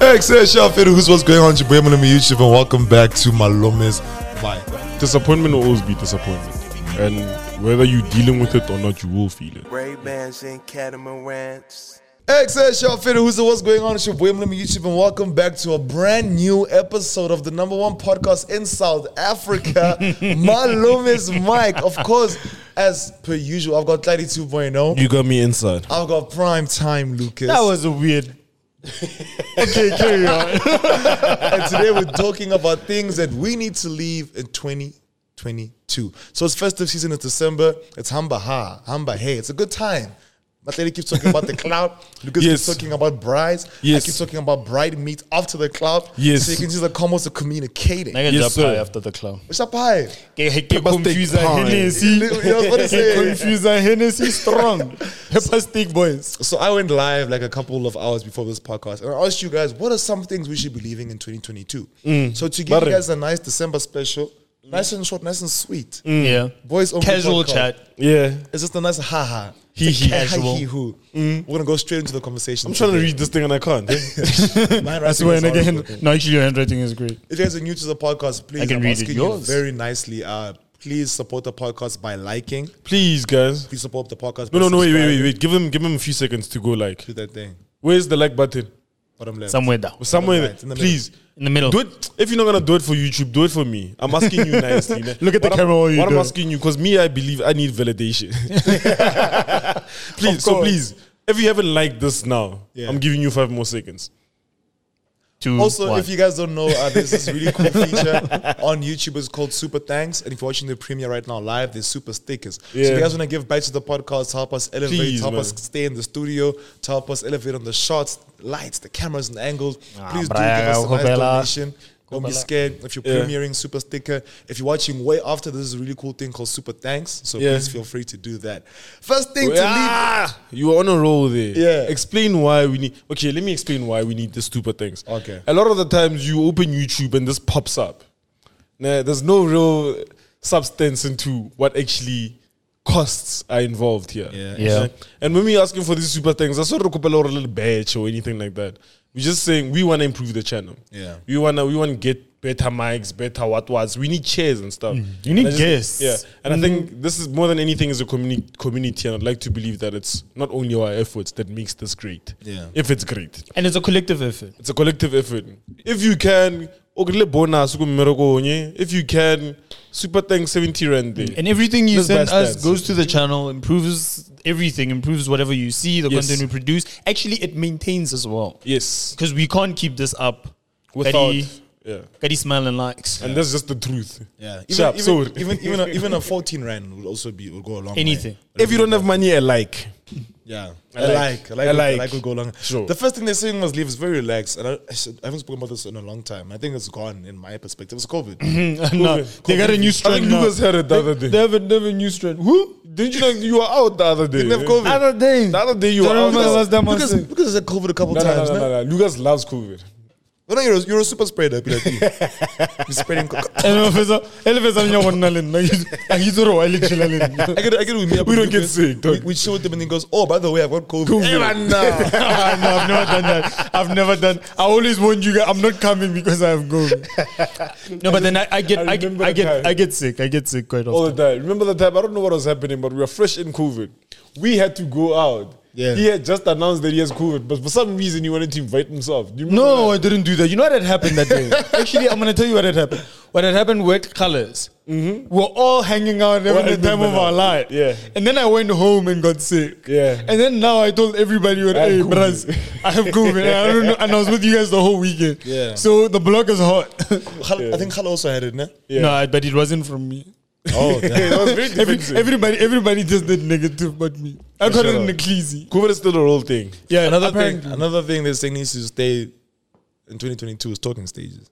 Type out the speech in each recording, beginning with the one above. Excellent shout who's what's going on? It's your boy Malome YouTube, and welcome back to Malome's Vibe. Disappointment will always be disappointment. And whether you're dealing with it or not, you will feel it. Ray Bans and catamarans. Excellent shout who's what's going on? It's your boy Malome YouTube, and welcome back to a brand new episode of the number one podcast in South Africa, Malome's Mike. Of course, as per usual, I've got 32.0. You got me inside. I've got prime time, Lucas. That was a weird. and today we're talking about things that we need to leave in 2022. So it's festive season, it's December, it's hamba ha, hamba hey, it's a good time. Matlady keeps talking about the cloud. Lucas Yes. keeps talking about brides. Yes. I keep talking about bride meat after the cloud. Yes. So you can see the combos of communicating. I Yes, yes, sir. after the club. What's up, hi? Get, get Pepper steak confused and pie. Hennessy. You know what I'm saying? confused and Hennessy strong. Pepper steak boys. So I went live like a couple of hours before this podcast, and I asked you guys, what are some things we should be leaving in 2022? Mm. So to give you Barre. guys a nice December special, nice and short, nice and sweet, Mm. Mm. Yeah. voice only Casual podcast. chat. Yeah. It's just a nice ha ha. Hee hee. Casual. Casual. We're gonna go straight into the conversation. Mm. I'm trying to read this thing and I can't. That's and again, no, actually, your handwriting is great. If you guys are new to the podcast, please I can am read it. asking Yours. you very nicely. Uh, please support the podcast by liking. Please, guys. Please support the podcast. by No, no, no, wait, wait, wait, subscribing. wait. Give him, give him a few seconds to go like. Do that thing. Where's the like button? Bottom left. Somewhere down. Somewhere Alright, in there. the Please. In the middle. Do it. If you're not gonna do it for YouTube, do it for me. I'm asking you nicely. man. Look at the What I'm- camera while you What do I'm it. asking you, because me, I believe I need validation. please, so course. please, if you haven't liked this now, Yeah. I'm giving you five more seconds. Two, Also, one. if you guys don't know, uh, there's this really cool feature on YouTube. It's called Super Thanks. And if you're watching the premiere right now live, there's super stickers. So if Yeah. you guys want to give back to the podcast, help us elevate, Please, help us man. stay in the studio, to help us elevate on the shots, lights, the cameras, and angles, Ah, please do give braya, us a nice Kobela. donation. Don't be scared if you're Yeah. premiering Super Sticker. If you're watching way after, this is a really cool thing called Super Thanks. So Yeah. please feel free to do that. First thing to leave. Ah, you were on a roll there. Yeah. Explain why we need. Okay, let me explain why we need the stupid things. Okay. A lot of the times you open YouTube and this pops up. Nah, there's no real substance into what actually costs are involved here. Yeah. Yeah. Okay? And when we asking for these super things, that's not a couple or a little badge or anything like that. We're just saying we want to improve the channel. Yeah. We wanna we want to get better mics, better what was. We need chairs and stuff. Mm. You need And I guests. just- Yeah. And I think this is more than anything is a communi- community, and I'd like to believe that it's not only our efforts that makes this great. Yeah. If it's great, And it's a collective effort. it's a collective effort. If you can, ogile bonus ukummereko onye. if you can, super thanks seventy rand. there. and everything you Let's send buy us stats. goes to the channel, improves everything, improves whatever you see, the Yes. content we produce. Actually, it maintains as well. Yes. Because we can't keep this up Without. Gotti- Yeah. Gotti smile and likes. And that's just the truth. Yeah, even Sharp, even, sword. even even a, even a fourteen rand will also be will go a long way. Anything. If you don't have money, I like. Yeah, I, I like, like. I like, I I like, like. would go along. Sure. The first thing they're saying was leave is very relaxed, and I, I, should, I haven't spoken about this in a long time. I think it's gone in my perspective. It's COVID. Mm, no, they got a new Ah, I strand think now. Lucas had it the other day. They have a, they have a new strand. Who? Didn't you know you were out the other day? didn't have COVID. Other day. The other day you were Don't out. remember the No, last time I was because sick. because it's a COVID a couple no, no, times. no, No, no, no, no. Lucas loves COVID. you're, a, you're a super spreader. Be like me. you're spreading. co- And Professor, Elvis, I'm your one. Nalin. Like, he's- like, he's all right, literally. I get, I get we meet up We with don't get Lucas, sick, We, don't- we chill with him and he goes, "Oh, by the way, I've got COVID." Hey, man, nah. Ah, no, I've never done that. I've never done. I always warn you guys. I'm not coming because I have COVID. No, but then I, I get, I I, get, remember I the get, time. I get sick. I get sick quite All often. the time. Remember the time? I don't know what was happening, but we were fresh in COVID. We had to go out. Yeah. He had just announced that he has COVID, but for some reason he wanted to invite himself. Do you remember No, that? I didn't do that. You know what had happened that day? Actually, I'm gonna tell you what had happened. What had happened were colors. Mm-hmm. We're all hanging out and Well, I having the time of remember our now. life. Yeah. And then I went home and got sick. Yeah. And then now I told everybody, have hey, COVID." bros, I have COVID. and I don't know. And I was with you guys the whole weekend. Yeah. So the block is hot. Khal- I think Khala also had it, no? Yeah. No, but it wasn't from me. Oh, damn. That was very Every, defensive. everybody, everybody just did negative, but me. I got it Shut in the up. cleasy. COVID is still the whole thing. Yeah, another apparently. thing. Another thing they're saying needs to stay in 2022 is talking stages.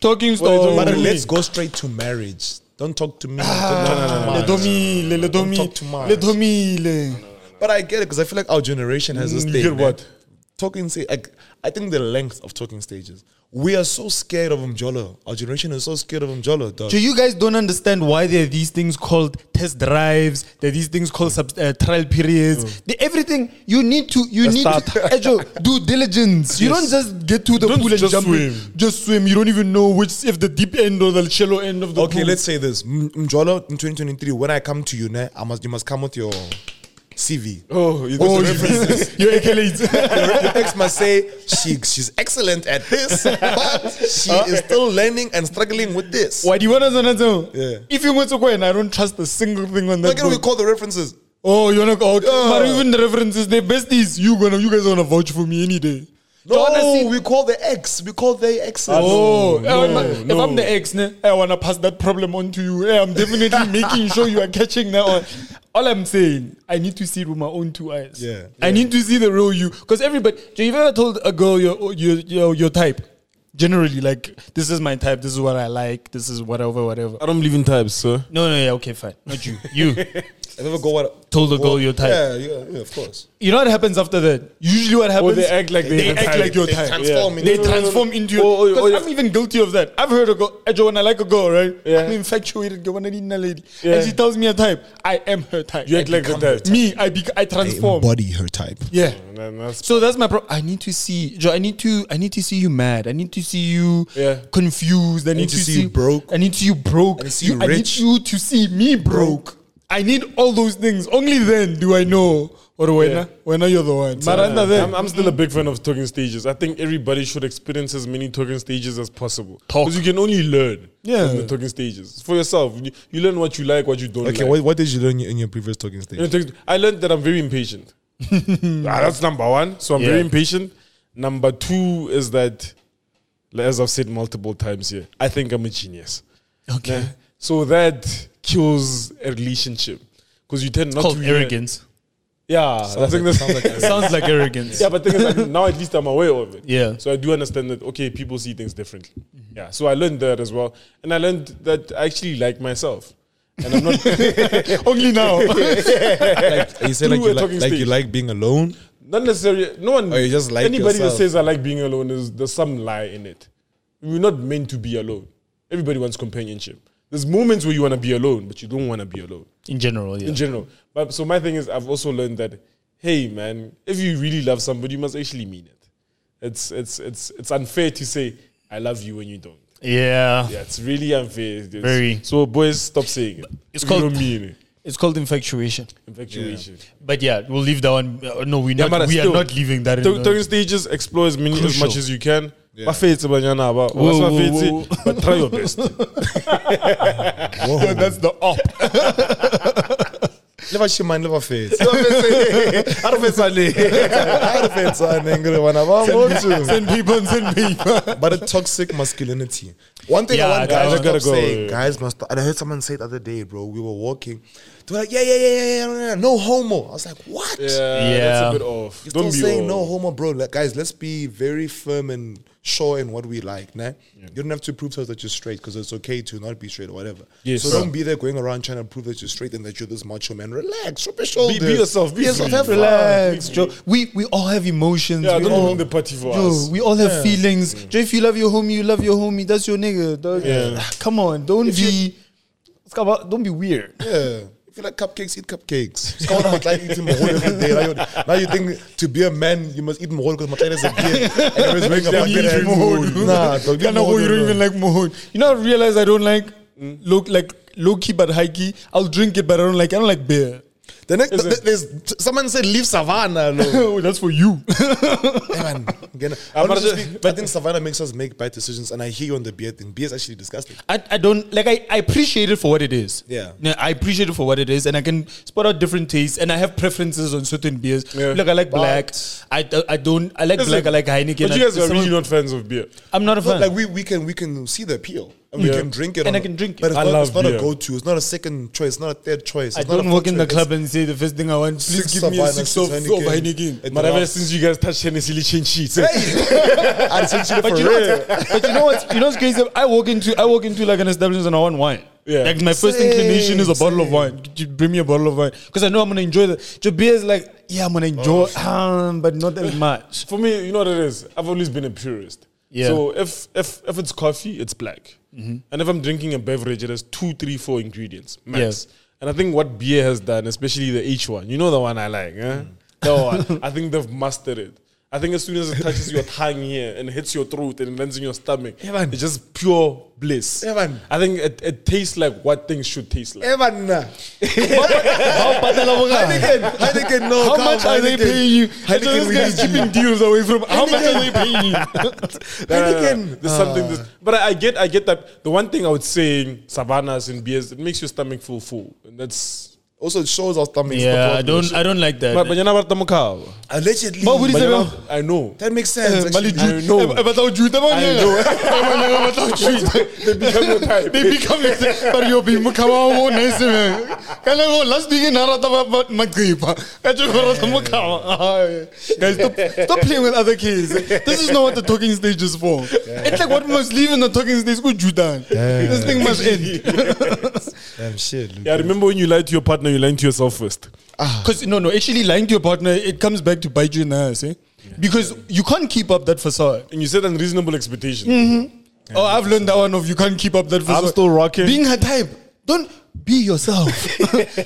Talking don't story. But But Don't me. let's go straight to marriage. Don't talk to me. Ah. Le Don't talk to me. domile, le Don't domile, talk too much. le domile. But I get it because I feel like our generation has this You thing. get what? man. Talking say like I think the length of talking stages. We are so scared of Mjolo. Our generation is so scared of Mjolo, dog. So you guys don't understand why there are these things called test drives. There are these things called sub, uh, trial Oh. periods. The- everything you need to you Let's need to Ejo, do diligence. You don't just get to the Don't pool and just jump in. swim. Just swim. You don't even know which if the deep end or the shallow end of the Okay, pool. let's say this. M- Mjolo in 2023, when I come to you, ne, I must, you must come with your CV. Oh, you Oh, oh, you- your accolades. Your, your ex must say, she, she's excellent at this, but she is still learning and struggling with this. Why do you want us to know? Yeah. If you want to go and I don't trust a single thing on that. Look at what we book. call the references. Oh, you wanna go? Okay. Yeah. But even the references, they besties. You gonna you guys gonna vouch for me any day. No, Don't I see- we call the ex. We call their exes. Oh, eh, no, if no. I'm the ex, ne, eh, I wanna pass that problem on to you. Eh, I'm definitely making sure you are catching that one. All I'm saying, I need to see it with my own two eyes. Yeah. I need to see the real you. Because everybody, so you've ever told a girl your, your your your type, generally like this is my type, this is what I like, this is whatever, whatever. I don't believe in types, sir. No, no, yeah, okay, fine. Not you. You I've never go out. told the girl your type. Yeah, yeah, yeah, of course. You know what happens after that? Usually, what happens? they act like they have a act type. like your They type. transform Yeah. into- They No, no, no, no. transform into. Oh, oh, oh, Because yeah. I'm even guilty of that. I've heard a girl. Ejo, when I like a girl, right? Yeah. I'm infatuated. When I need a lady, Yeah. and she tells me a type, I am her type. You act like the type. Me, I bec I transform. her type. yeah. Man, that's- So that's my problem. I need to see, Joe. I need to, I need to see you mad. I need to see you Yeah. confused. I need, to see you broke. I need to you broke. I need to see you I need rich. you to see me broke. I need all those things. Only then do I know. Or when, Yeah. when are you the one? But under then, I'm, I'm still a big fan of talking stages. I think everybody should experience as many talking stages as possible. Because you can only learn Yeah. from the talking stages. For yourself, you, you learn what you like, what you don't Okay, like. what, what did you learn in your previous talking You know, stage? talking- I learned that I'm very impatient. Ah, that's number one. So I'm very Yeah. impatient. Number two is that, like, as I've said multiple times here, I think I'm a genius. Okay. Yeah. So that kills a relationship because you tend not Called to hear- arrogance. Yeah, I think that's Sounds like arrogance. yeah, but thing is, like, now at least I'm aware of it. Yeah. So I do understand that. Okay, people see things differently. Yeah. So I learned that as well, and I learned that I actually like myself, and I'm not only now. you said Through like you a like, talking like you stage. like being alone. not necessarily. No one. Or Oh, you just like anybody yourself. that says I like being alone is there's some lie in it. We're not meant to be alone. Everybody wants companionship. There's moments where you want to be alone, but you don't want to be alone. In general, yeah. in general. But so my thing is, I've also learned that, hey man, if you really love somebody, you must actually mean it. It's it's it's it's unfair to say I love you when you don't. yeah. Yeah, it's really unfair. It's- Very. So boys, stop saying it. It's If called- you don't mean it. It's called infatuation. Infatuation. But yeah, we'll leave that one. Uh, No, we Yeah, not, but we still, are not leaving that. Talk- in Talking stages, explore as many as Crucial. much as you can. Yeah. Ba fetse banyana ba. Whoa, Ba whoa, fetse, whoa. But try your best. So that's the op. Never she mind, never fades. But Send people and send people. a toxic masculinity. One thing I Yeah, want yeah, guys I to gotta stop go, saying, yeah. guys must. And I heard someone say it the other day, bro. We were walking. They were like, yeah, yeah, yeah, yeah, yeah, yeah, no homo. I was like, what? that's Yeah. a bit off. You're don't still be oh. saying off. no homo, bro. Like, guys, let's be very firm and sure in what we like, nah? You don't have to prove to us that you're straight because it's okay to not be straight or whatever. Yes, so bro. don't be there going around trying to prove that you're straight and that you're this macho man. Relax, rub your shoulders. yourself, be free. have fun. Relax, Joe. We we all have emotions. Yeah, we, don't all, ruin the party for Joe, us. we all have feelings. Joe, if you love your homie, you love your homie. That's your nigga. Dog. Yeah. Come on, don't be. It's about- don't be weird. Yeah. If you like cupcakes, eat cupcakes. It's kind of like eating mahalo every day. Now you- Now you think to be a man, you must eat mahalo because mahalo is a beer. And you're always wearing a Yeah, bucket eat hat. Mohon. Nah, dog, eat Kinda hoe, mahalo, you don't even bro. like mohon. You know, what I realize I don't like low like low key but high key. I'll drink it, but I don't like I don't like beer. The next, Is th- it- there's someone said leave Savannah. No. That's for you. Man, again, I'm honestly not- speak- I think Savannah makes us make bad decisions, and I hear you on the beer thing. Beer is actually disgusting. I, I don't like I, I appreciate it for what it is. Yeah. No, I appreciate it for what it is, and I can spot out different tastes, and I have preferences on certain beers. Yeah. Look, I like black. I, do- I don't. I like Listen, black. I like Heineken. But I- you guys are some- really not fans of beer. I'm not a fan. Like we, we can we can see the appeal, and we Yeah. can drink it, And on I a- can drink it. But it's I not, it's love not a beer. go-to. It's not a second choice. It's not a third choice. I it's not don't a walk fourth in the choice. club and say the first thing I want. Please Six give me a Savannah, six six of, of Heineken. Heineken. But ever Rough. since you guys touched Hennessy, you change sheets. eh? I sent you the But for you, know real. what's, but you know what's you know what's crazy? I walk into I walk into like an establishment and I want wine. Yeah. Like my first Same, inclination is a bottle of same. wine. Could you Bring me a bottle of wine because I know I'm gonna enjoy that. Your beer is like yeah, I'm gonna Oh, enjoy, um, but not as much. For me, you know what it is. I've always been a purist. Yeah. So if if if it's coffee, it's black, and if I'm drinking a beverage, it has two, three, four ingredients max. Yes. And I think what beer has done, especially the H one, you know the one I like, eh? the one. I think they've mastered it. I think as soon as it touches your tongue here and hits your throat and lands in your stomach, it's just pure bliss. Evan. I think it, it tastes like what things should taste like. Evan. Oh, Heineken, Heineken, no. How come, much are they Heineken. paying you? this Heineken, we need guy's keeping deals away from. How much are they paying you? No, no, no, no. Heineken. There's something. This, but I, I get, I get that. The one thing I would say in savannas and beers, it makes your stomach feel full, and that's. Also, it shows our stomachs. the Yeah, I don't. population. I don't like that. But but you're not about Allegedly. But would you But say- you're not- I know. that makes sense. Mali Jew- actually. I know. Eh, but I'll Jew, they won't hear. They become your type. They become your type. But you'll be Mukawa won't answer, man. Can I go, last thing in Narata, but Magripa. Can you go to Mukawa? Ah, yeah. Guys, stop, stop playing with other kids. This is not what the talking stage is for. It's like what must leave in the talking stage. Go Judan. This thing must end. Damn shit. Luke. Yeah, remember when you lie to your partner, you lie to yourself first. Ah. Because no, no, actually lying to your partner, it comes back to bite you in the ass, eh? Because you can't keep up that facade. And you set unreasonable expectations. Oh, I've learned that one of you can't keep up that facade. I'm still rocking. Being her type. Don't be yourself.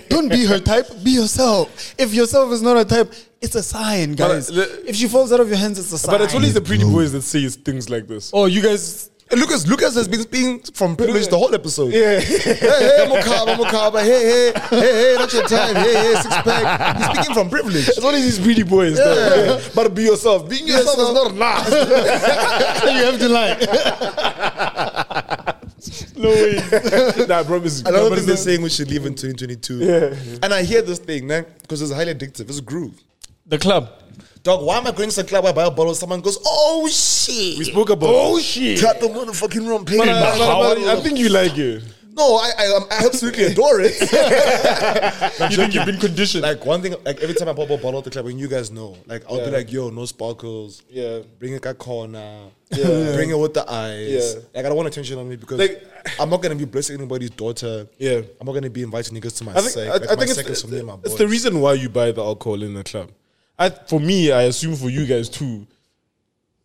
Don't be her type. Be yourself. If yourself is not her type, it's a sign, But, guys. uh, le- if she falls out of your hands, it's a sign. But it's always the pretty boys that say things like this. oh, you guys. And Lucas, Lucas has been speaking from privilege the whole episode. Yeah. hey, hey, Mokaba, Mokaba. Hey, hey, hey, hey, that's your time. Hey, hey, six pack. He's speaking from privilege. It's always these pretty boys. though. Yeah. But be yourself. Being yourself is not nice. you have to lie. No way. nah, I promise. you. Another But thing they're it's saying we should leave in 2022. Yeah. And I hear this thing, man, because it's highly addictive. It's groove. The club. Dog, why am I going to a club? I buy a bottle. Someone goes, oh shit. We spoke about. Oh shit. Cut the motherfucking wrong page. I think you like it. No, I, I, um, I absolutely adore it. You think you've been conditioned? like one thing, like every time I pop a bottle at the club, and you guys know, like I'll be like, yo, no sparkles. Yeah. Bring it a corner. Yeah. Bring it with the eyes. Yeah. Like I don't want attention on me because Like- I'm not gonna be blessing anybody's daughter. Yeah. I'm not gonna be inviting niggas to my I think, sec. I, Like, I my think sec it's, is for me and my it's boys. the reason why you buy the alcohol in the club. I, for me, I assume for you guys too,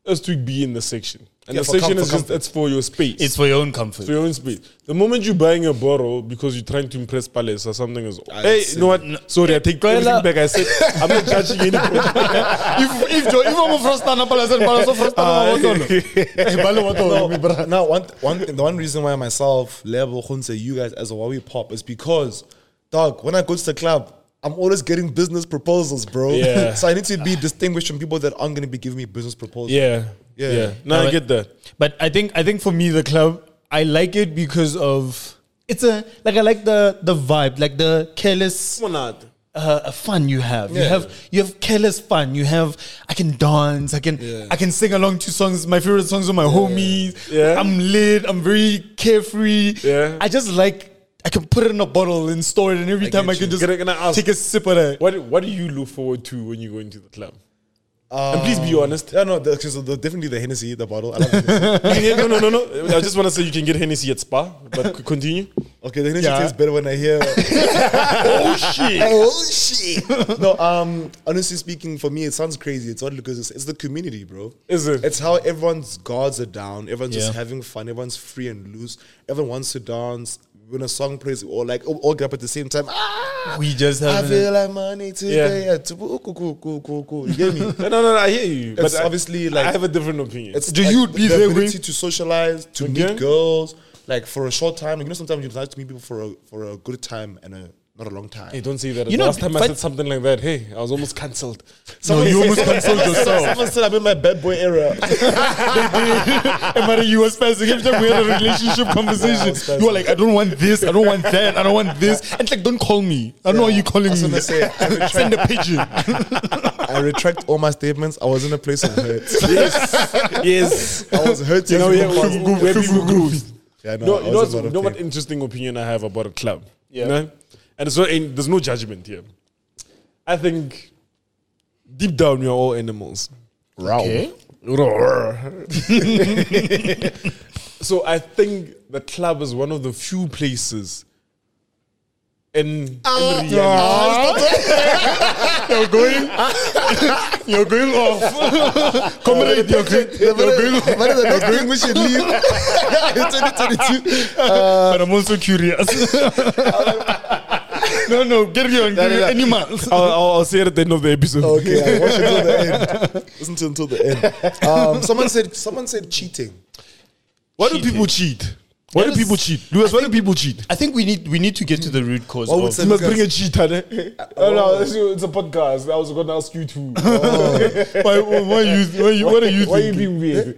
is to be in the section. And Yeah, the for section comfort, is just, comfort. it's for your space. it's for your own It's comfort. for your own space. The moment you're buying a bottle because you're trying to impress Palace or something is, hey, you know what? Sorry, I take everything back. I said, I'm not judging anybody. if, if, Jo- if I'm a first time, I'm a first Ah, no, time. but no, one, one, the one reason why myself, Lebo, Hunse, you guys as a Huawei pop is because, dog, when I go to the club, I'm always getting business proposals, bro. Yeah. so I need to be distinguished from people that aren't going to be giving me business proposals. yeah, yeah. Yeah. No, No, I but- get that. But I think I think for me the club I like it because of it's a like I like the the vibe like the careless Monad. uh, fun you have you have you have careless fun you have I can dance I can I can sing along to songs my favorite songs are my homies Yeah. I'm lit I'm very carefree Yeah. I just like I can put it in a bottle and store it and every time I can just Can I, can I ask, take a sip of that what, what do you look forward to when you go into the club? Um, and please be honest. Yeah, no, the, 'cause the- definitely the Hennessy, the bottle. I love Hennessy. no, no, no, no. I just want to say you can get Hennessy at Spa, but c- continue. Okay, the Hennessy Yeah. tastes better when I hear. Oh, shit. oh shit! No, um, honestly speaking, for me, it sounds crazy. It's not because it's, it's the community, bro. Is it? It's how everyone's guards are down. Everyone's just Yeah. having fun. Everyone's free and loose. Everyone wants to dance. When a song plays, or like all all get up at the same time. Ah, we just I have feel like money today. Yeah. Cool, cool, cool, cool, cool. You get me? No, no, no, I hear you. It's I- obviously like- I have a different opinion. It's Do like you be the there ability with- to socialize, to Again? meet girls, like for a short time. You know, sometimes you decide to meet people for a for a good time and a not a long time. Hey, don't say that. You the know, last time I but- said something like that, hey, I was almost cancelled. Someone you said- almost cancelled yourself. Someone said I'm in my bad boy era. Emari, you were spazzing every time we had a relationship conversation. spazzing. you were like, I don't want this, I don't want that, I don't want this. And it's like, don't call me. I don't know why you're calling That's me. what I say. I retract, Send a pigeon. I retract all my statements. I was in a place of hurt. yes. I was hurt. You know, yes, yeah, people where, passed. where people groove. Yeah, no, No, I you was know, what's- in a you lot know of what pain. interesting opinion I have about a club? Yeah. You know? And it's not, and there's no judgment here. I think deep down, we are all animals. Raw. so I think the club is one of the few places and Henry. Ah. You're going. you're going off. Comrade, you're, go- you're going off. But the next thing we should leave in 2022. but I'm also curious. no, no, carry on. No, no, no. Animals. I'll, I'll, I'll say it at the end of the episode. Okay, I watch until the end. Listen to until the end. Um, someone said someone said cheating. Why do people cheat? Why do Yes. people cheat? Louis, why do people cheat? I think we need we need to get to the root cause. What would of- say- You must bring a cheater. eh? Oh, no, it's, it's a podcast. I was going to ask you too. Why, why you, why you, what are you Why you thinking? being weird?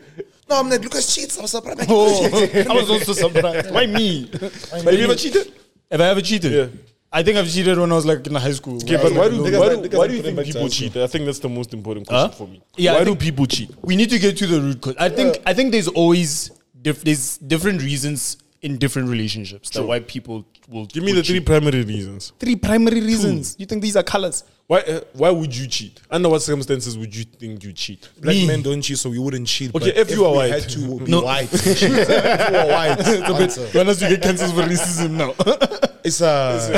No, I'm like Lucas cheats. I'm surprised. Like, Oh, I was also surprised. Why me? Have you ever cheated? Have I ever cheated? Yeah. I think I've cheated when I was like in high school. Okay, but why do, Niggas why like- do, niggas why like do you putting think back people times. cheat? I think that's the most important question Huh? for me. Yeah, I why do think- people cheat? we need to get to the root cause. I think I think there's always diff- there's different reasons in different relationships that why people will Give me will the three cheat. primary reasons. three primary reasons. You think these are colors? Why, uh, why would you cheat? Under what circumstances would you think you cheat? Black Me. men don't cheat, so we wouldn't cheat. Oh. Okay, but if you are we white. had to be No. white. cheat. if you are white, answer. Unless you get cancelled for racism now. it's a Ah,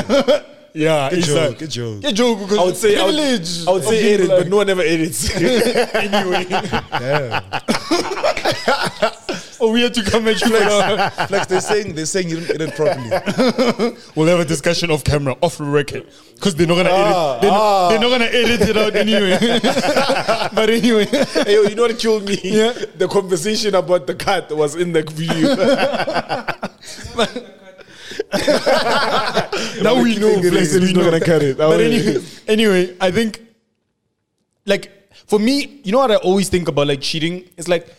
yeah, good it's a- joke. Good joke. Get joke because I would say I would, privilege. I would of say people edit, like- but no one ever edits. oh, we had to come at you like that. Flex, they're saying they're saying you didn't edit properly. We'll have a discussion off camera, off record, because they're not gonna Ah, edit. They're, not, they're not gonna edit it out anyway. but anyway, Hey, yo, you know what killed me? Yeah. The conversation about the cat was in the video. now we know. Flex, He's we not know. gonna cut it. but anyway, anyway, I think, like, for me, you know what I always think about, like, cheating? It's like,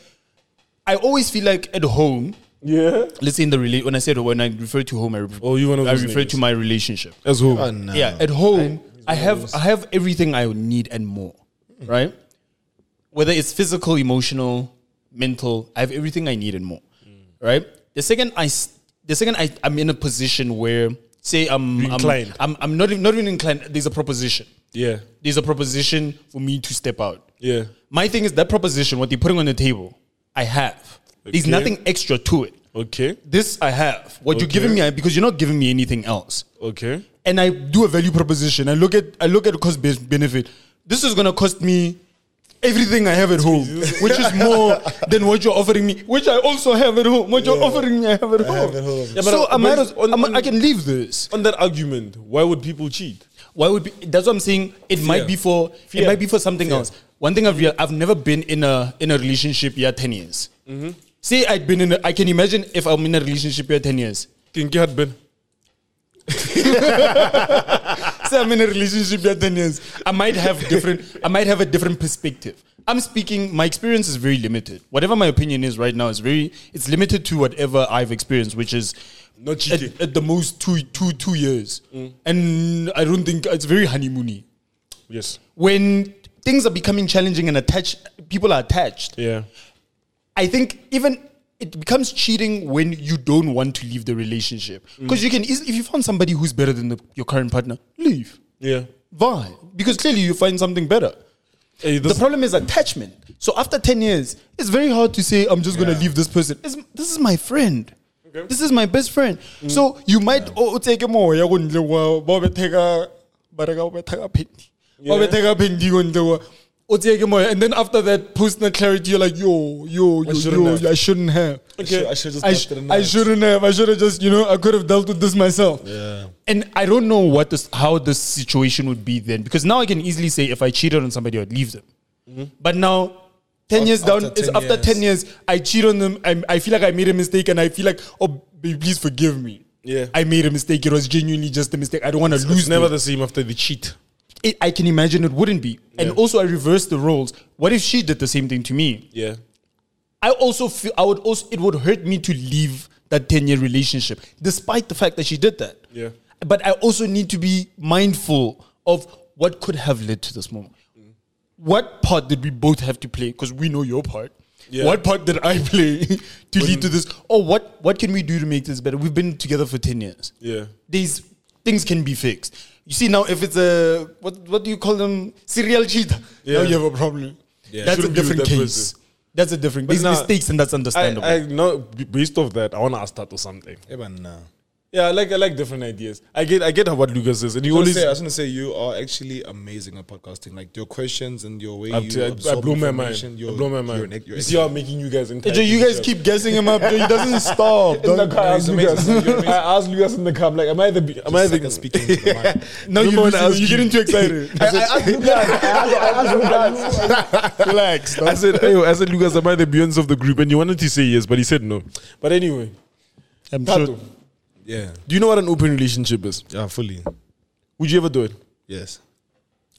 I always feel like at home, yeah. let's say in the, rela- when I said, when I refer to home, I, re- Oh, you one of I those refer niggas. to my relationship. As who? Yeah, at home, I, have, I have everything I need and more, right? Whether it's physical, emotional, mental, I have everything I need and more, Mm. right? The second I, s- the second I, I'm in a position where, say, I'm, You're I'm, inclined. I'm, I'm not, even- not even inclined, there's a proposition yeah. there's a proposition for me to step out. Yeah. My thing is that proposition, what they're putting on the table, I have. There's Okay. nothing extra to it. Okay. This I have. What you're Okay. giving me, I, because you're not giving me anything else. Okay. And I do a value proposition. I look at I look at cost based benefit. This is gonna cost me everything I have at home, which is more than what you're offering me, which I also have at home. What you're offering me, I have at home. have at home. Yeah, but- so I might but as, on- I might- I on- can leave this. On that argument, why would people cheat? Why would be, that's what I'm saying? It might be for Fear. it might be for something else. One thing I've real I've never been in a in a relationship here ten years. Mm-hmm. Say I'd been in a, I can imagine if I'm in a relationship here ten years. Can get Ben. Say I'm in a relationship here ten years. I might have different I might have a different perspective. I'm speaking. My experience is very limited. Whatever my opinion is right now is very it's limited to whatever I've experienced, which is Not at, cheating. at the most two two two years, and I don't think it's very honeymoony. Yes. when things are becoming challenging and attached people are attached Yeah. i think even it becomes cheating when you don't want to leave the relationship Mm. because you can easily if you found somebody who's better than the, your current partner leave Yeah. why because clearly you find something better Hey, the this, problem is attachment so after 10 years it's very hard to say i'm just going to leave this person It's- this is my friend this is my best friend Mm. so you might oh, take him away I wouldn't do well. But I take a- but I go, but I take a pity. But I take a pity, I wouldn't do well. Oh, take him away. and then after that post the clarity you're like yo yo yo shouldn't yo, have. I shouldn't have Okay. I should just I, I, sh- I shouldn't have. I should have just, you know, I could have dealt with this myself. Yeah. And I don't know what this, how this situation would be then, because now I can easily say if I cheated on somebody, I'd leave them. But now, ten years After down, 10 it's after years. ten years, I cheat on them. I, I feel like I made a mistake, and I feel like, oh, baby, please forgive me. Yeah. I made a mistake. It was genuinely just a mistake. I don't want to lose. it's never them the same after the cheat. it, I can imagine it wouldn't be. And Yeah. also, I reverse the roles. What if she did the same thing to me? Yeah. I also feel I would also it would hurt me to leave that 10 year relationship, despite the fact that she did that. Yeah. But I also need to be mindful of what could have led to this moment. What part did we both have to play? Because we know your part. Yeah. What part did I play to lead to this? Or what what can we do to make this better? We've been together for 10 years Yeah. these things can be fixed. You see now, if it's a what what do you call them serial cheater? Yeah. Now you have a problem. That's Shouldn't a be with different that case. person. That's a different. There's now, mistakes and that's I, understandable. I know. b- Based off that, I want to ask that or something. Even now. Yeah, I like I like different ideas. I get I get what Lucas says, and he I was always. gonna say- I was going to say you are actually amazing at podcasting. Like your questions and your way I, you I, I absorb blow my mind. information, I your- blow my your mind. neck- your you see how I'm making you guys Joe, encourage you each guys other. keep guessing him up. Joe, he doesn't stop. in the dog. car. I asked Lucas. I asked Lucas in the car. I'm like, am I the? Am I It's like the? a speaking to the mic. No, Remember you when I listen, was you're getting too excited. I, I asked Lucas. I asked, I asked Lucas. Relax. dog. I said, "Hey, yo," I said, Lucas, am I the Beyonce of the group? And you wanted to say yes, but he said no. But anyway, I'm Tato, sure. Yeah. do you know what an open relationship is? Yeah, fully. Would you ever do it, Yes.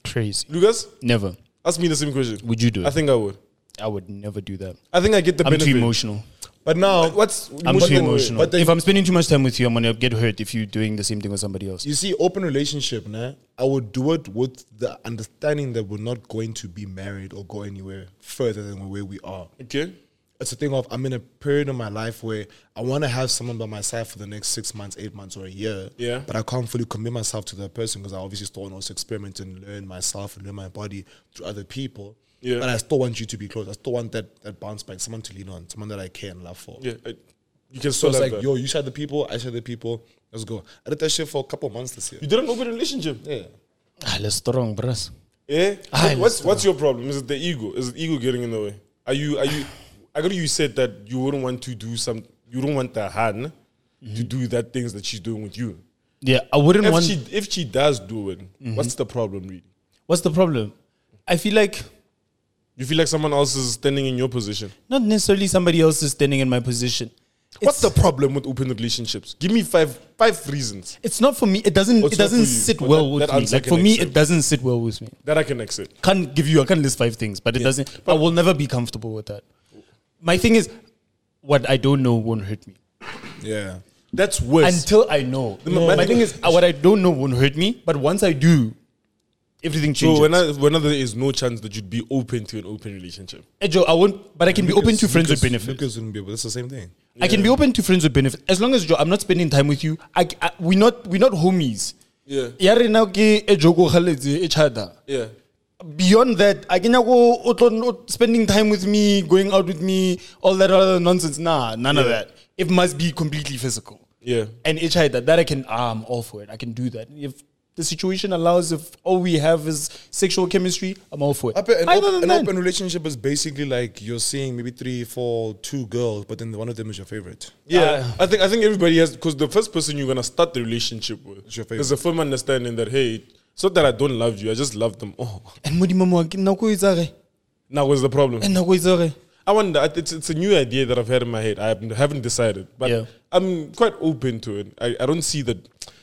Crazy. Lucas? Never. Ask me the same question. Would you do it? I think I would. I would never do that. I think I get the I'm benefit. too emotional. But now, What's I'm what's too the- emotional. but then- if I'm spending too much time with you, I'm gonna get hurt if you're doing the same thing with somebody else. you see, open relationship, nah, I would do it with the understanding that we're not going to be married or go anywhere further than where we are. Okay. It's a thing of I'm in a period of my life where I want to have someone by my side for the next six months, eight months, or a year. Yeah. But I can't fully commit myself to that person because I obviously still want to also experiment and learn myself and learn my body through other people. Yeah. But I still want you to be close. I still want that that bounce back, someone to lean on, someone that I care and love for. Yeah. I, you can So still it's have like, that. yo, you share the people, I share the people. Let's go. I did that shit for a couple of months this year. you did an open relationship. Yeah. Ah, let's strong, bros. Yeah. Ah, Eh? What- what's let's what's your problem? Is it the ego? Is it ego getting in the way? Are you are you? I got you said that you wouldn't want to do some. You don't want the Han to do that things that she's doing with you. Yeah, I wouldn't If want. she if she does do it, what's the problem really? what's the problem? I feel like You feel like someone else is standing in your position. not necessarily somebody else is standing in my position. What's the It's- problem with open relationships? Give me five five reasons It's not for me. It doesn't. What's it not doesn't for you? sit Well, well that- with that me. answer Like can for me, accept. it doesn't sit well with me. that I can accept. Can't give you. I can't list five things, but it doesn't. I will never be comfortable with that. My thing is, what I don't know won't hurt me Yeah. That's worse. until I know. No. My thing is, uh, what I don't know won't hurt me, but once I do, everything changes. so when I, when there is no chance that you'd be open to an open relationship. Eh, Joe, I won't, but I can be open to friends with benefit. Lucas wouldn't be able. That's the same thing. I can be open to friends with benefit as long as Joe, I'm not spending time with you. I, I we not we not homies. Yeah. Ya rena ke e Joe go kgaletse, e tjhata. Yeah. Beyond that, I can go spending time with me, going out with me, all that other nonsense. Nah, none of Yeah. that. It must be completely physical. Yeah. And each that that I can ah, I'm all for it. I can do that. If the situation allows, if all we have is sexual chemistry, I'm all for it. I bet an, Other op- an than that- open relationship is basically like you're seeing maybe three, four, two girls, but then one of them is your favorite. Yeah, I think I think everybody has because the first person you're gonna start the relationship with your favorite. there's a firm understanding that hey, it's not that I don't love you, I just love them. Oh, and modimo wa ka, nako e tsa ge, now what's the problem? and nako e tsa ge. I wonder. I- It's, it's a new idea that I've had in my head. I haven't haven't decided, but Yeah. I'm quite open to it. I, I don't see the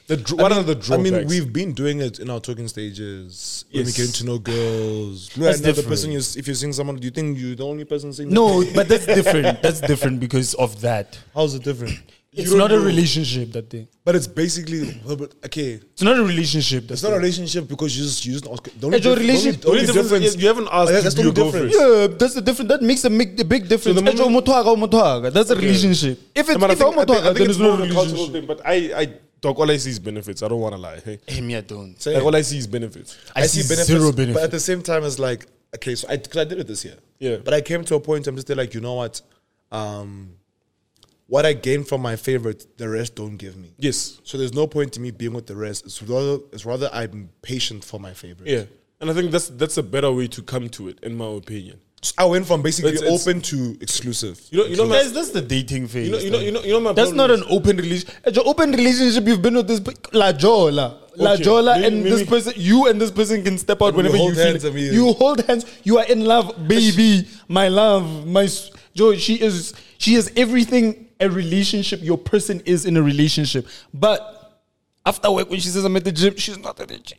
the dr- what I are mean- the drawbacks? I mean, we've been doing it in our talking stages. When we Yes. get to know girls. That's That's another different. person. You're, s- if you're seeing someone, do you think you're the only person seeing? No, but that's different. That's different because of that. How's it different? It's don't not a know. relationship. That thing. but it's basically okay. It's not a relationship. It's That's not a relationship because you just you just ask. The It's a relationship. The only difference is Oh, you haven't asked Yeah, to that's be the only your difference. girlfriend. Yeah, that's the different. That makes a, make, a big difference. So the Eh, Joe, motho wa ka, o motho wa ka. That's a relationship. If it's I mean, I if think- I'm I motho wa think- ka, I then think it's it's not more a of a cultural relationship. thing. But I, I talk all I see is benefits. I don't want to lie. Hey, Him, I don't. like all I see is benefits. I, see, zero benefit. But at the same time, it's like, okay, so I, cause I did it this year. Yeah. But I came to a point, I'm just there like, you know what? Um, what I gain from my favorite, the rest don't give me. Yes. So there's no point to me being with the rest. It's rather, it's rather I'm patient for my favorite. Yeah. And I think that's that's a better way to come to it, in my opinion. So I went from basically It's- it's- open to exclusive. You know, you know, my, Guys, that's the dating phase. you know, you know, you know, you know my that's problem not is- an open relationship. It's an open relationship. You've been with this pe- la jola, la Okay, jola, maybe- and this maybe- person, you and this person can step out we whenever hold you hands feel. and we- You hold hands. You are in love, baby, my love, my s- Joe. She is. She is everything a relationship. Your person is in a relationship, but after work when she says I'm at the gym, she's not at the gym.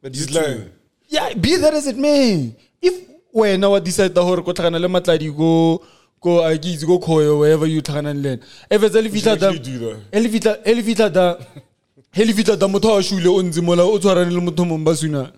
But He's lying. Yeah, be that as it may. If when I decide the hore ko tlhagana le matladi go go a ke itse go khoyo wherever you tlhaganang le ena. E fetsa le fitla da. actually do that. E le fitla e le fitla da. E le fitla da motho a shule o ntse mola o tshwarane le motho mong ba suna.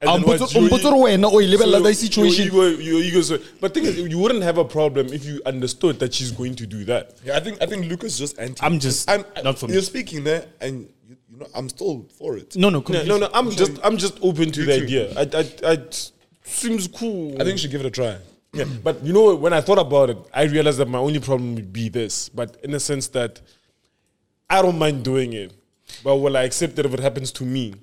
And A then mpotsa what o you- mpotsa re wena e o So ilebella that Your situation. ego, your ego is- but thing is, you wouldn't have a problem if you understood that she's going to do that. Yeah, I think I think Lucas just anti. I'm just- I'm, not for me. You're speaking there, and you, you know I'm still for it. No, no, No, completely. no, no, I'm just, I'm just open to the too. idea. I, I, I, it seems cool. I think you should give it a try. yeah, but you know, when I thought about it, I realized that my only problem would be this. But in the sense that I don't mind doing it, but will I accept it if it happens to me?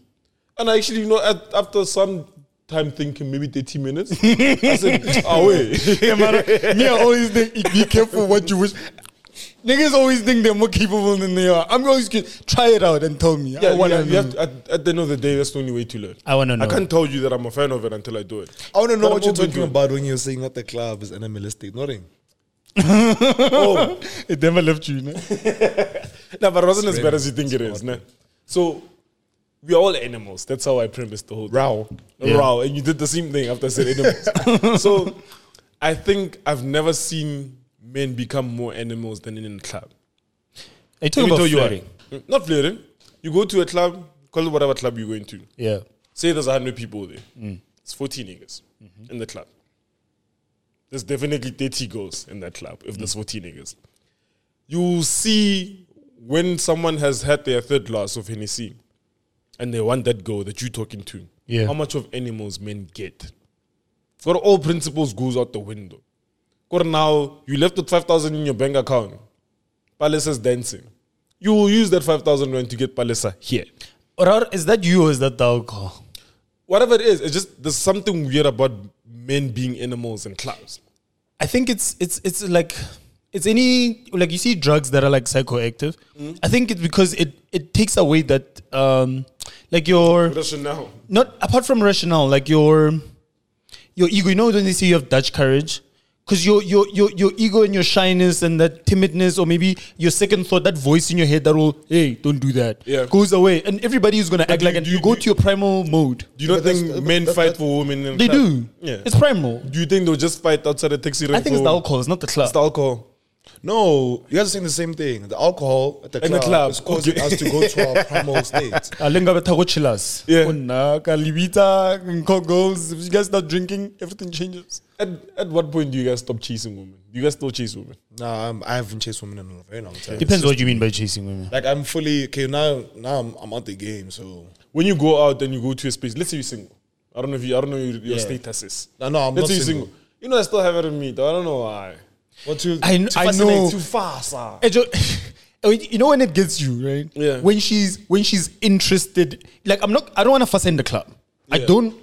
And I actually, you know, at, after some time thinking, maybe 30 minutes, I said, oh, wait. Yeah, man, me, I always think be careful what you wish. Niggas always think they're more capable than they are. I'm always good. Try it out and tell me. Yeah, I wanna yeah, you know. have to- at, at the end of the day, that's the only way to learn. I wanna I know. can't tell you that I'm a fan of it until I do it. I want to know But what I'm you're open talking to it. about when you're saying that the club is animalistic. Nothing. Oh, It never left you, you know? no, but it wasn't as bad as you think it is. Nah. So we are all animals. That's how I premised the whole thing. Row. Row. And you did the same thing after I said animals. so I think I've never seen men become more animals than in a club. I talk Let about me tell flirting. you what. Not flirting. You go to a club, call it whatever club you're going to. Yeah. Say there's 100 people there. It's 14 niggas in the club. There's definitely 30 girls in that club if there's 14 niggas. You see when someone has had their third glass of Hennessy and they want that girl that you're talking to, Yeah. how much of animals men get. Got all principles goes out the window. Got now, you left with 5,000 in your bank account. Palace's dancing. You will use that 5,000 rand to get Palisa here Or are- is that you or is that the alcohol? whatever it is, it's just there's something weird about men being animals in clubs. I think it's it's it's like it's any like you see drugs that are like psychoactive. Mm. I think it's because it it takes away that um like your Rationale. not apart from rationale, like your your ego. You know when they say you have Dutch courage, because your your your your ego and your shyness and that timidness, or maybe your second thought, that voice in your head that will, hey, don't do that, Yeah. goes away, and everybody is gonna act do like you- and do you you- go do to your primal mode. Do you not But that's- think but men that- fight that- for women? In They clubs? do. Yeah. It's primal. do you think they'll just fight outside a taxi? I think it's the alcohol, it's not the club. It's the alcohol. No, you guys are saying the same thing. The alcohol at the, In club, the club, is causing okay. us to go to our primal state. Ah, lenga betha kochilas. Yeah. Una, Kalibita, Nko goals. If you guys start drinking, everything changes. At, at what point do you guys stop chasing women? Do you guys still chase women? Nah, I'm, I haven't chased women in a very long time. Depends what you mean by chasing women. Like I'm fully okay now. Now I'm, I'm out the game. So When you go out and you go to a space, let's say you're single. I don't know if you, I don't know your, your status is. no, no, I'm let's not say you're single. single. You know, I still have it in me. Though. I don't know why. What you? I, kn- I fascinate know. Too fast. ah. Eh, Jo- Oh, You know when it gets you, right? Yeah. When she's when she's interested, like I'm not. I don't want to fuss in the club. I don't.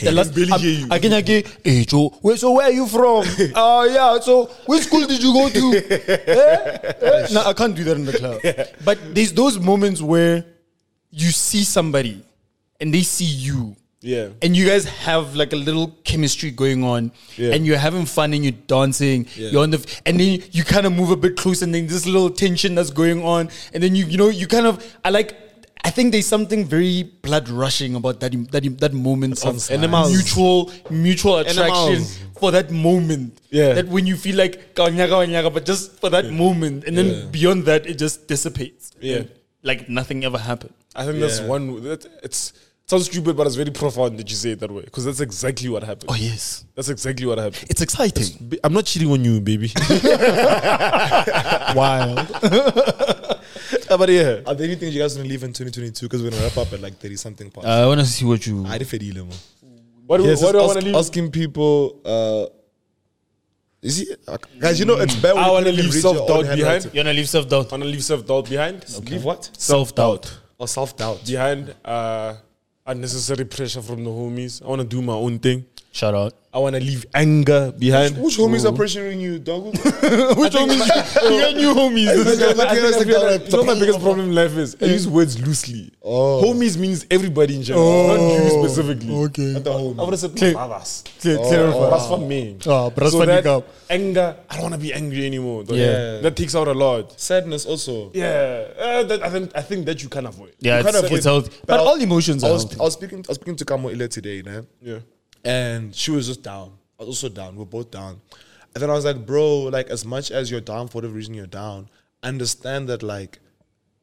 The last, barely I'm- hear you. Again, again. Hey Joe, where, Eh, so where are you from? Oh yeah. So which school did you go to? Eh? Eh? No, I can't do that in the club. But there's those moments where you see somebody and they see you, Yeah. and you guys have like a little chemistry going on, Yeah. and you're having fun and you're dancing. You're on the f- and then you kind of move a bit closer, and then this little tension that's going on, and then you you know you kind of I like. I think there's something very blood rushing about that that that moment of sounds nice. mutual mutual attraction Animals. for that moment. Yeah. That when you feel like "Kanyaga, kanyaga," but just for that moment, and then beyond that, it just dissipates. Yeah. Like nothing ever happened. I think that's one. That, it's it sounds stupid, but it's very profound that you say it that way because that's exactly what happened. Oh yes, That's exactly what happened. it's exciting. Ba- I'm not cheating on you, baby. Wild. but yeah, Are there any things you guys want to leave in 2022? Because we're gonna wrap up at like 30 something past. Uh, I want to see what you. I did feel emo. what do, Yes, Uh, what do I ask- want to leave? asking people. Uh, you see, uh, guys, you know it's bad. when I you wanna can't even leave read your self-doubt own handwriting. behind. You wanna leave self doubt? I want to leave self doubt behind. Leave what? Self doubt. Or self doubt. Behind uh, unnecessary pressure from the homies. I want to do my own thing. Shout out. I want to leave anger behind. Which homies are pressuring you, dog? Which homies? you got new homies. I think I Looking at us like feel that, like- like, you know my biggest problem in life is I use words loosely. Oh. Homies means everybody in general, not you specifically. Okay. The homie. I would have said brothers. Clear, Oh, clarify. that's for me. Ah, but that's for that nigga. anger. I don't want to be angry anymore. dog. Yeah. that takes out a lot. Sadness also. Yeah, uh, that, I think I think that you can avoid. Yeah, You it's, kind of it's win. healthy. But But I'll- all emotions I are. was, healthy. I was speaking. I was speaking to Kamo earlier today, man, Yeah. and she was just down. I was also down. We're both down. And then I was like, bro, like as much as you're down for whatever reason you're down, understand that like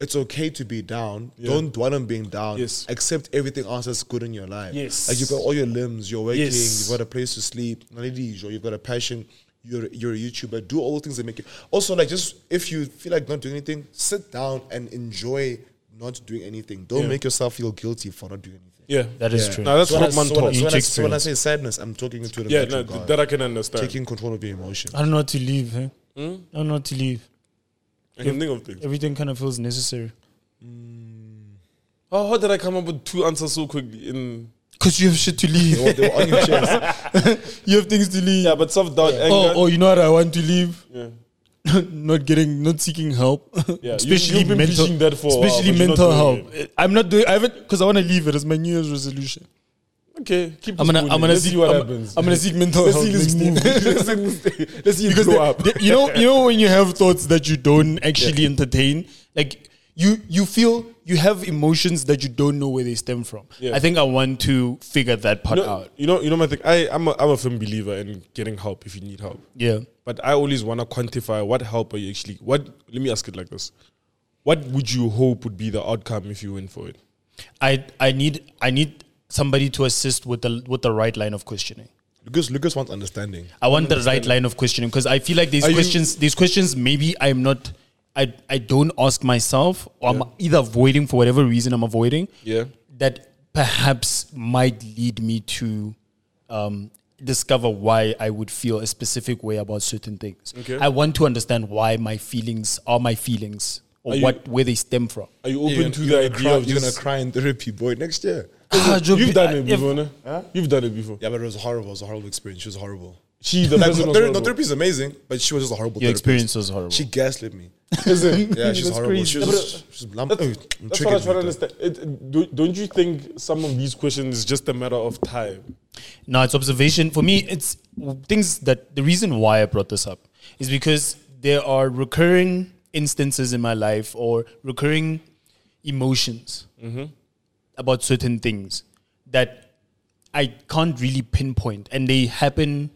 it's okay to be down. Don't dwell on being down. Yes. Accept everything else that's good in your life. Yes. Like you've got all your limbs, you're working, Yes. you've got a place to sleep, not only leisure, you've got a passion, you're you're a YouTuber. Do all the things that make you also like just if you feel like not doing anything, sit down and enjoy not doing anything. Don't make yourself feel guilty for not doing anything. Yeah, That is true. No, that's So when, I, what man so, when I- talk. so when I- Each so when I say sadness, I'm talking to the Yeah, virtue no, of God. th- that I can understand. taking control of your emotion. Hmm? I don't know how to leave. Eh? I don't know how to leave. I can think of things. Everything kind of feels necessary. Oh, how did I come up with two answers so quickly? In Because you have shit to leave. They were on your chest. you have things to leave. yeah, but self doubt, anger. oh, oh, you know what? I want to leave. Yeah. not getting, not seeking help. Yeah, you- especially you've been mental, preaching that for a while, especially but you're not mental doing help. Uh, I'm not doing. I haven't because I want to leave it as my New Year's resolution. Okay, keep. I'm gonna, this moving. I'm gonna Let's seek, see what I'm, happens. I'm gonna seek mental Let's health. see this next year. move. Let's see this thing. Let's see it because blow the- up. the- you know you know when you have thoughts that you don't actually entertain like you you feel you have emotions that you don't know where they stem from Yeah. i think i want to figure that part you know, out you know, you know my thing. I, I'm a, I'm a firm believer in getting help if you need help. yeah But I always want to quantify what help are you actually. What? Let me ask it like this: What would you hope would be the outcome if you went for it? i i need i need somebody to assist with the with the right line of questioning Lucas, Lucas wants understanding. i want the right line of questioning because i feel like these Are you- questions these questions maybe i'm not I, I don't ask myself or I'm either avoiding for whatever reason I'm avoiding Yeah. that perhaps might lead me to um, discover why I would feel a specific way about certain things. Okay. I want to understand why my feelings are my feelings or Are you- what where they stem from. Are you Ah, open You're gonna- to you're the gonna idea cry- of you're just? gonna cry in therapy, boy, next year. You've done it If- before, ne? You've done it before. Yeah, but it was horrible. It was a horrible experience. She was horrible. She, the Like, person no, was ther- no, horrible. therapy is amazing, but she was just a horrible. Your therapist. experience was horrible. She gaslit me. Is it? Yeah, she's horrible. She was, That's- she was lump- That's, oh, I'm that's what I triggered with try to that. understand. It, it- do, don't you think some of these questions is just a matter of time? No, it's observation. For me, it's things that the reason why I brought this up is because there are recurring instances in my life or recurring emotions Mm-hmm. about certain things that I can't really pinpoint, and they happen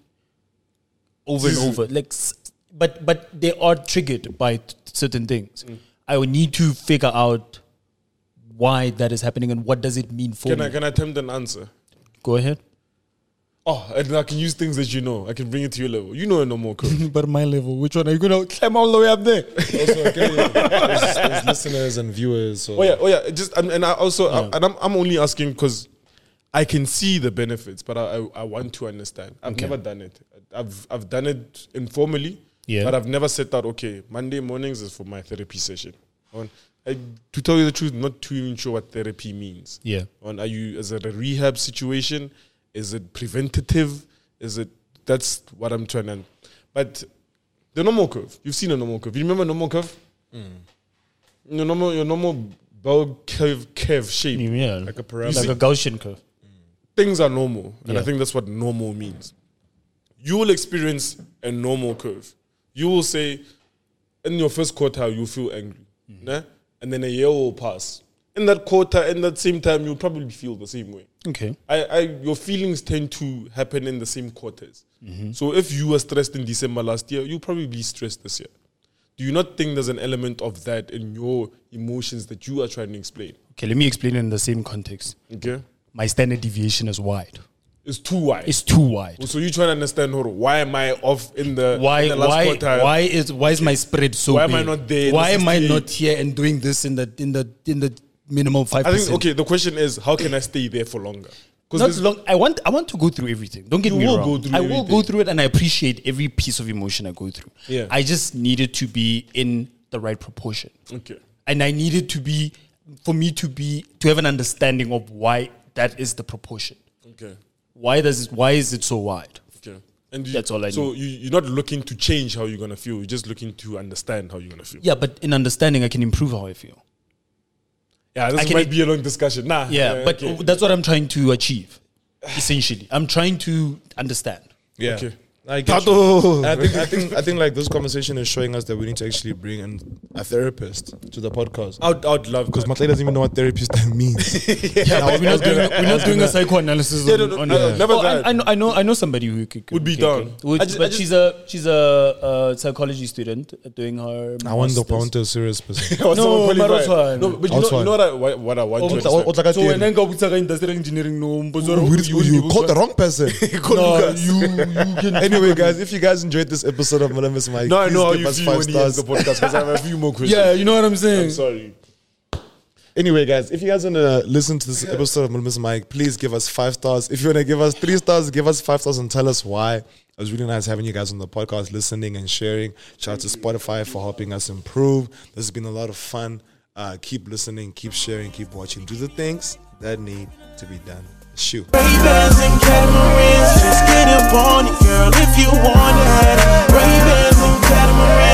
over and over. Like, s- but but they are triggered by t- certain things. Mm. I would need to figure out why that is happening and what does it mean for Can me. I can I attempt an answer? Go ahead. Oh, and I can use things that you know. I can bring it to your level. You know a normal code. But my level, which one are you gonna climb all the way up there? Also, okay, there's, there's listeners and viewers. So oh yeah, oh yeah. It Just and, and I also I, and I'm I'm only asking because I can see the benefits, but I I, I want to understand. I've never done it. I've I've done it informally. Yeah. But I've never said that. Okay, Monday mornings is for my therapy session. On I, to tell you the truth, not too even sure what therapy means. Yeah. on are you is it a rehab situation is it preventative is it that's what i'm trying to but the normal curve you've seen a normal curve you remember normal curve your normal your normal bell curve curve shape Yeah. like Like a a, parabola. Gaussian curve. things are normal and i Yeah. think that's what normal means you will experience a normal curve you will say in your first quarter you feel angry nah? and then a year will pass in that quarter in that same time you'll probably feel the same way Okay. I, I your feelings tend to happen in the same quarters. So if you were stressed in December last year, you'll probably be stressed this year. Do you not think there's an element of that in your emotions that you are trying to explain? Okay, let me explain it in the same context. Okay. My standard deviation is wide. It's too wide. It's too wide. so you're trying to understand Horo, why am I off in the, in Why the last why quarter? why is why is my spread so Why am big? I not there in the Why am I 68? not here and doing this in the in the in the minimum five I think percent? okay, the question is how can I stay there for longer? Not Because long. I want. I want to go through everything. Don't get You me will wrong. go through I will go everything. through it, and I appreciate every piece of emotion I go through. Yeah. I just needed to be in the right proportion. okay. and I needed to be for me to be to have an understanding of why that is the proportion. Okay. Why does it, why is it so wide? Okay. And you, That's all I So you, you're not looking to change how you're gonna feel, you're just looking to understand how you're gonna feel. Yeah, but in understanding, I can improve how I feel. Yeah, this I can- e- might be a long discussion. Nah. Yeah, but okay. that's what I'm trying to achieve. Essentially, I'm trying to understand. Yeah. Okay. I get you. And I think I think I think like this conversation is showing us that we need to actually bring in a therapist to the podcast. I'd, I'd love Because that. Matlay doesn't even know what therapist means. Yeah, but we're not doing, we're not doing a psychoanalysis. Yeah, on, no, no, on- no, no, never Oh, I, that. I know, I know, I know somebody who could, Would be could- down. could- would- I ju- I but just- she's a she's a uh, psychology student doing her. I want the master's. point to a serious person. I was No, someone but that's qualified. fine. No, but you That's know, fine. you know what I, what, what I want to What's- what's like a So when I theory? go to industrial engineering, no, mbuzwa- You- you- You called the wrong person. No, you, you can Anyway, guys, if you guys enjoyed this episode of Malimus Mike, No, I please know how give you us feel five when he ends stars. the podcast because I have a few more questions. Yeah, you know what I'm saying. I'm sorry. Anyway, guys, if you guys want to listen to this episode of Mulmis Mike, please give us five stars. If you want to give us three stars, give us five stars and tell us why. It was really nice having you guys on the podcast, listening and sharing. Shout out to Spotify for helping us improve. This has been a lot of fun. Uh, keep listening, keep sharing, keep watching. Do the things that need to be done. Shoot. Ray-Bans and catamarans, just get up on it, girl, if you want it. Ray-Bans and catamarans.